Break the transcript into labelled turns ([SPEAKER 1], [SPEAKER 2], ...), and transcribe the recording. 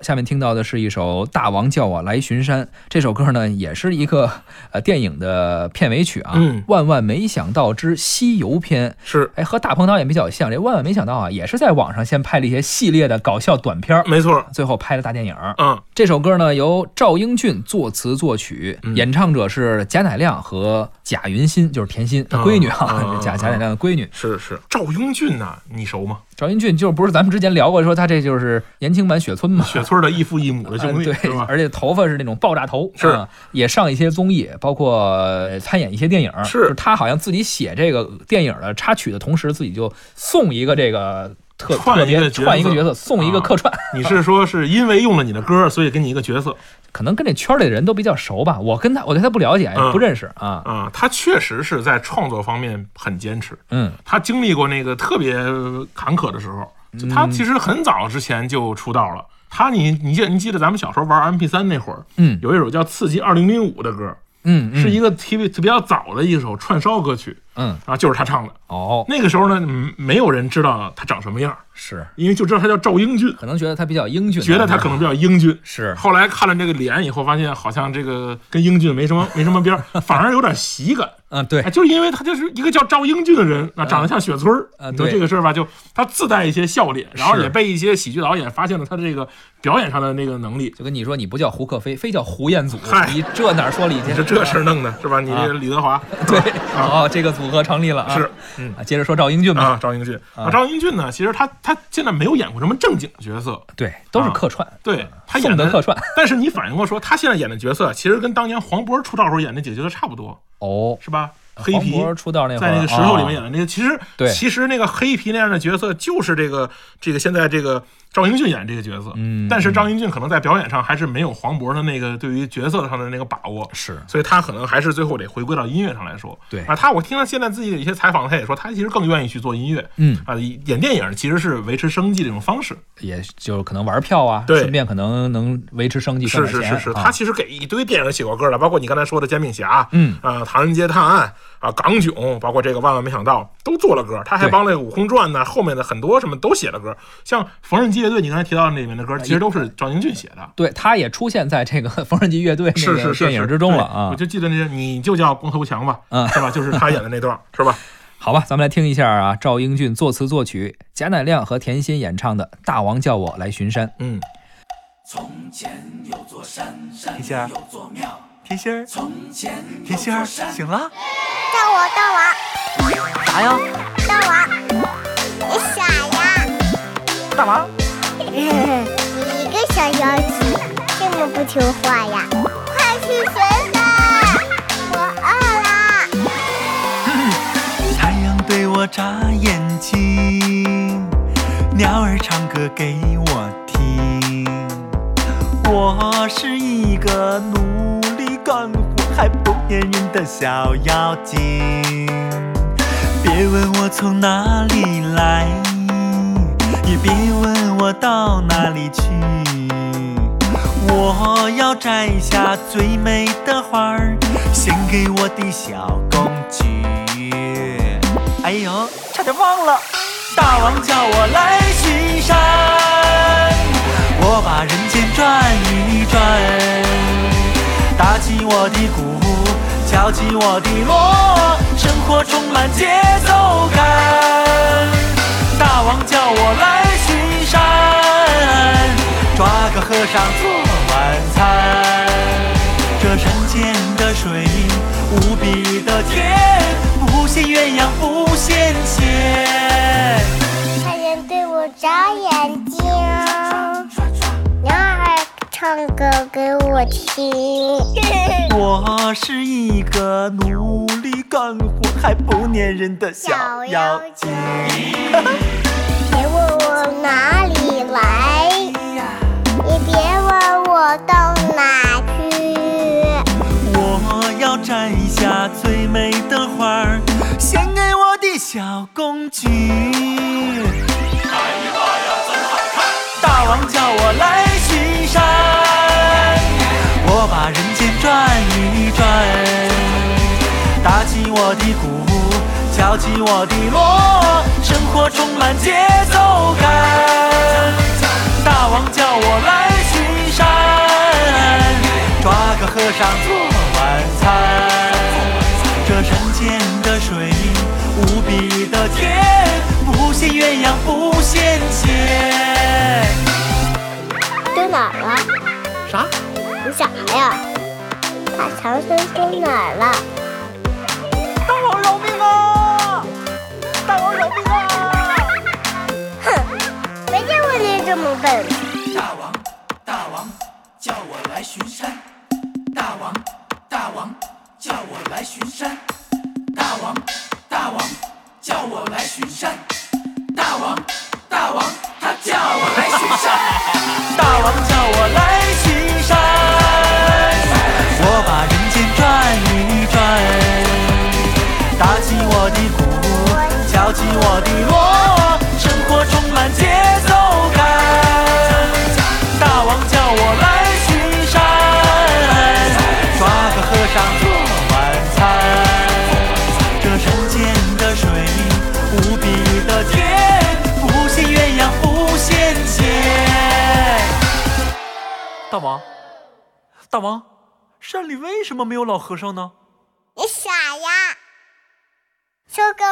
[SPEAKER 1] 下面听到的是一首《大王叫我来巡山》，这首歌呢也是一个呃电影的片尾曲啊，
[SPEAKER 2] 嗯
[SPEAKER 1] 万万没想到之西游篇》。
[SPEAKER 2] 是
[SPEAKER 1] 哎，和大鹏导演比较像，这万万没想到啊，也是在网上先拍了一些系列的搞笑短片儿，
[SPEAKER 2] 没错，
[SPEAKER 1] 最后拍了大电影儿。
[SPEAKER 2] 嗯，
[SPEAKER 1] 这首歌呢由赵英俊作词作曲，
[SPEAKER 2] 嗯
[SPEAKER 1] 演唱者是贾乃亮和贾云新，就是甜心她
[SPEAKER 2] 啊
[SPEAKER 1] 闺女
[SPEAKER 2] 啊
[SPEAKER 1] 啊，
[SPEAKER 2] 啊
[SPEAKER 1] 贾贾乃亮的闺女。
[SPEAKER 2] 是是，赵英俊呐、你熟吗？
[SPEAKER 1] 赵英俊就是不是咱们之前聊过说他这就是年轻版雪村嘛？
[SPEAKER 2] 雪村的异父异母的兄
[SPEAKER 1] 嗯
[SPEAKER 2] 弟、
[SPEAKER 1] 对
[SPEAKER 2] 是，吧？
[SPEAKER 1] 而且头发是那种爆炸头，
[SPEAKER 2] 是
[SPEAKER 1] 啊也上一些综艺，包括呃参演一些电影。
[SPEAKER 2] 是
[SPEAKER 1] 就他好像自己写这个电影的插曲的同时，自己就送一个这个特
[SPEAKER 2] 串
[SPEAKER 1] 特别
[SPEAKER 2] 一个角色啊
[SPEAKER 1] 串一个角色，送一个客串。
[SPEAKER 2] 你是说是因为用了你的歌，所以给你一个角色
[SPEAKER 1] 可能跟这圈里的人都比较熟吧，我跟他我对他不了解，也
[SPEAKER 2] 嗯
[SPEAKER 1] 不认识啊。
[SPEAKER 2] 啊、他确实是在创作方面很坚持，
[SPEAKER 1] 嗯，
[SPEAKER 2] 他经历过那个特别坎坷的时候，就他其实很早之前就出道了。他你你记你记得咱们小时候玩 MP 三那会儿，
[SPEAKER 1] 嗯
[SPEAKER 2] 有一首叫《刺激2005》的歌，
[SPEAKER 1] 嗯，嗯
[SPEAKER 2] 是一个特别比较早的一首串烧歌曲
[SPEAKER 1] 嗯
[SPEAKER 2] 啊，就是他唱的。
[SPEAKER 1] 哦
[SPEAKER 2] 那个时候呢，嗯没有人知道他长什么样，
[SPEAKER 1] 是，
[SPEAKER 2] 因为就知道他叫赵英俊，
[SPEAKER 1] 可能觉得他比较英俊，啊
[SPEAKER 2] 觉得他可能比较英俊。
[SPEAKER 1] 是
[SPEAKER 2] 后来看了这个脸以后，发现好像这个跟英俊没什么没什么边儿，反而有点喜感。
[SPEAKER 1] 嗯对
[SPEAKER 2] 哎，就是因为他就是一个叫赵英俊的人，那长得像雪村儿，
[SPEAKER 1] 啊
[SPEAKER 2] 你说
[SPEAKER 1] 对
[SPEAKER 2] 这个事儿吧，就他自带一些笑脸，然后
[SPEAKER 1] 是
[SPEAKER 2] 也被一些喜剧导演发现了他这个表演上的那个能力，
[SPEAKER 1] 就跟你说你不叫胡克飞，非叫胡彦祖，
[SPEAKER 2] 嗨
[SPEAKER 1] 你这哪儿说理去？
[SPEAKER 2] 你是这事儿弄的啊是吧？你这个李德华
[SPEAKER 1] 对，哦，这个组合成立了啊，
[SPEAKER 2] 是嗯
[SPEAKER 1] 啊，接着说赵英俊吧，
[SPEAKER 2] 啊，赵英俊啊，赵英俊呢，其实他他现在没有演过什么正经的角色，
[SPEAKER 1] 对，都是
[SPEAKER 2] 啊
[SPEAKER 1] 客串，
[SPEAKER 2] 对他演
[SPEAKER 1] 宋
[SPEAKER 2] 的
[SPEAKER 1] 德客串，
[SPEAKER 2] 但是你反应过说，他现在演的角色其实跟当年黄渤出道时候演那几个角色差不多，
[SPEAKER 1] 哦，
[SPEAKER 2] 是吧？黑
[SPEAKER 1] 黄
[SPEAKER 2] 皮
[SPEAKER 1] 渤出道那会儿，
[SPEAKER 2] 在那个石头里面演
[SPEAKER 1] 啊
[SPEAKER 2] 的那个，其实
[SPEAKER 1] 对
[SPEAKER 2] 其实那个黑皮那样的角色就是这个这个现在这个赵英俊演这个角色，
[SPEAKER 1] 嗯
[SPEAKER 2] 但是赵英俊可能在表演上还是没有黄渤的那个对于角色上的那个把握，
[SPEAKER 1] 是
[SPEAKER 2] 所以他可能还是最后得回归到音乐上来说。
[SPEAKER 1] 对
[SPEAKER 2] 啊，他我听他现在自己的一些采访，他也说他其实更愿意去做音乐，
[SPEAKER 1] 嗯
[SPEAKER 2] 啊，演电影其实是维持生计的一种方式。
[SPEAKER 1] 也就可能玩票啊，
[SPEAKER 2] 对
[SPEAKER 1] 顺便可能能维持生计，
[SPEAKER 2] 是
[SPEAKER 1] 赚点
[SPEAKER 2] 是
[SPEAKER 1] 钱
[SPEAKER 2] 是是，
[SPEAKER 1] 啊
[SPEAKER 2] 他其实给一堆电影写过歌的，包括你刚才说的《煎饼侠》，
[SPEAKER 1] 嗯
[SPEAKER 2] 啊，《唐人街探案》啊，《港囧》，包括这个《万万没想到》，都做了歌。他还
[SPEAKER 1] 对
[SPEAKER 2] 帮那个《武空传》呢，后面的很多什么都写了歌。像《缝纫机乐队》，你刚才提到的里面的歌，其实都是赵英俊写的。
[SPEAKER 1] 对，他也出现在这个 缝纫机乐队那
[SPEAKER 2] 是是
[SPEAKER 1] 个
[SPEAKER 2] 是，
[SPEAKER 1] 电
[SPEAKER 2] 是
[SPEAKER 1] 影之中了
[SPEAKER 2] 对
[SPEAKER 1] 啊
[SPEAKER 2] 我。就记得那些，你就叫光头强吧，
[SPEAKER 1] 嗯
[SPEAKER 2] 是吧？就是他演的那 段，是吧？
[SPEAKER 1] 好吧，咱们来听一下啊，赵英俊作词作曲，贾乃亮和田心演唱的《大王叫我来巡山》。
[SPEAKER 2] 嗯，
[SPEAKER 3] 从前有座山，山
[SPEAKER 4] 田心儿
[SPEAKER 3] 有座庙。
[SPEAKER 4] 甜心儿，
[SPEAKER 3] 从前
[SPEAKER 4] 甜心儿，醒了？
[SPEAKER 5] 叫我大王，
[SPEAKER 4] 啥呀？
[SPEAKER 5] 大王，你傻呀？
[SPEAKER 4] 大王，
[SPEAKER 5] 你一个小妖精，这么不听话呀？快去学吧，我饿啦。
[SPEAKER 4] 太阳对我眨眼睛，鸟儿唱歌给我听。我是一个努力干活还不粘人的小妖精。别问我从哪里来，也别问我到哪里去。我要摘下最美的花儿，献给我的小公举。哎呦，差点忘了，大王叫我来巡山，我把人间转一转。打起我的鼓，敲起我的锣，生活充满节奏感。大王叫我来巡山，抓个和尚做晚餐。这山间的水无比的甜，不羡鸳鸯不羡仙。
[SPEAKER 5] 太阳对我眨眼睛，鸟儿唱歌给我听。
[SPEAKER 4] 我是一个努力干活还不粘人的小
[SPEAKER 5] 小
[SPEAKER 4] 妖
[SPEAKER 5] 妖 精，别问我哪里来，也别问我到哪去。
[SPEAKER 4] 我要摘下最美的花儿，献给我的小公举。大王叫我来巡山，我把人间转一转，打起我的鼓，敲起我的锣，生活充满节奏感。大王叫我来巡和尚做晚餐。这山间的水无比的甜，不羡鸳鸯不羡仙。
[SPEAKER 5] 丢哪儿了？
[SPEAKER 4] 啥？
[SPEAKER 5] 你啥呀？把长生丢哪儿了？
[SPEAKER 4] 大王饶命啊！大王饶命啊！
[SPEAKER 5] 没见过你这么笨。
[SPEAKER 3] 大王，大王，叫我来巡山。大王，大王，叫我来巡山。大王，大王，叫我来巡山。大王，大王，他叫我来巡山。
[SPEAKER 4] 大王叫我来巡山，我把人间转一转，打起我的鼓，敲起我的锣，生活充满节奏感。大王叫我来巡山，抓个和尚做晚餐。这山间的水无比的甜，不羡鸳鸯不羡仙。大王，大王，山里为什么没有老和尚呢？
[SPEAKER 5] 你傻呀？说跟